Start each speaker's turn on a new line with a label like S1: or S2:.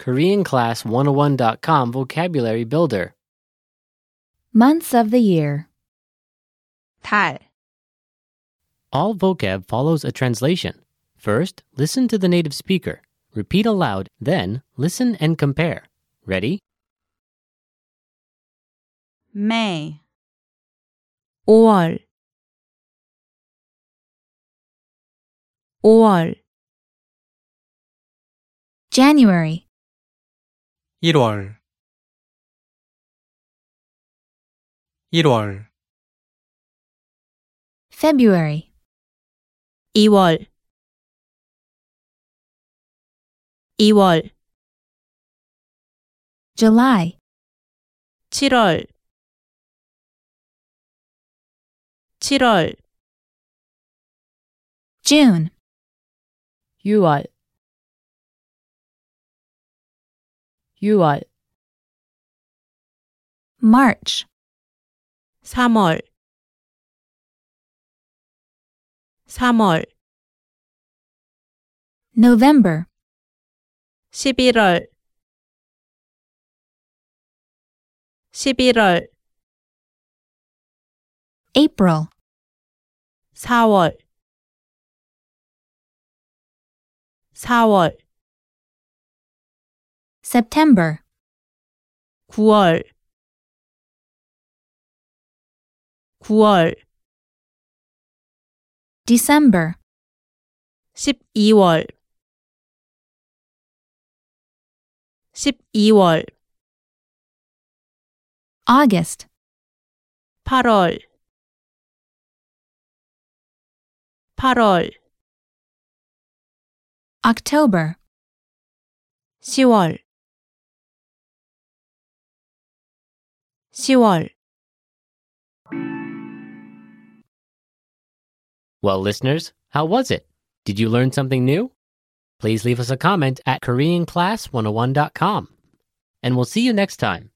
S1: KoreanClass101.com Vocabulary Builder.
S2: Months of the year.
S3: 달,
S1: All vocab follows a translation. First, listen to the native speaker. Repeat aloud, then, listen and compare. Ready?
S3: May,
S2: 5월 5월 January
S4: 1월 1월
S2: February 2월 2월 July 7월 7월 June 6월 6월 March 3월 3월 November 11월 11월 April 4월 4월 September 9월 9월 December 12월 12월 August 8월 8월 October 10월 10월
S1: Well, listeners, how was it? Did you learn something new? oh Please leave us a comment at KoreanClass101.com. And we'll see you next time.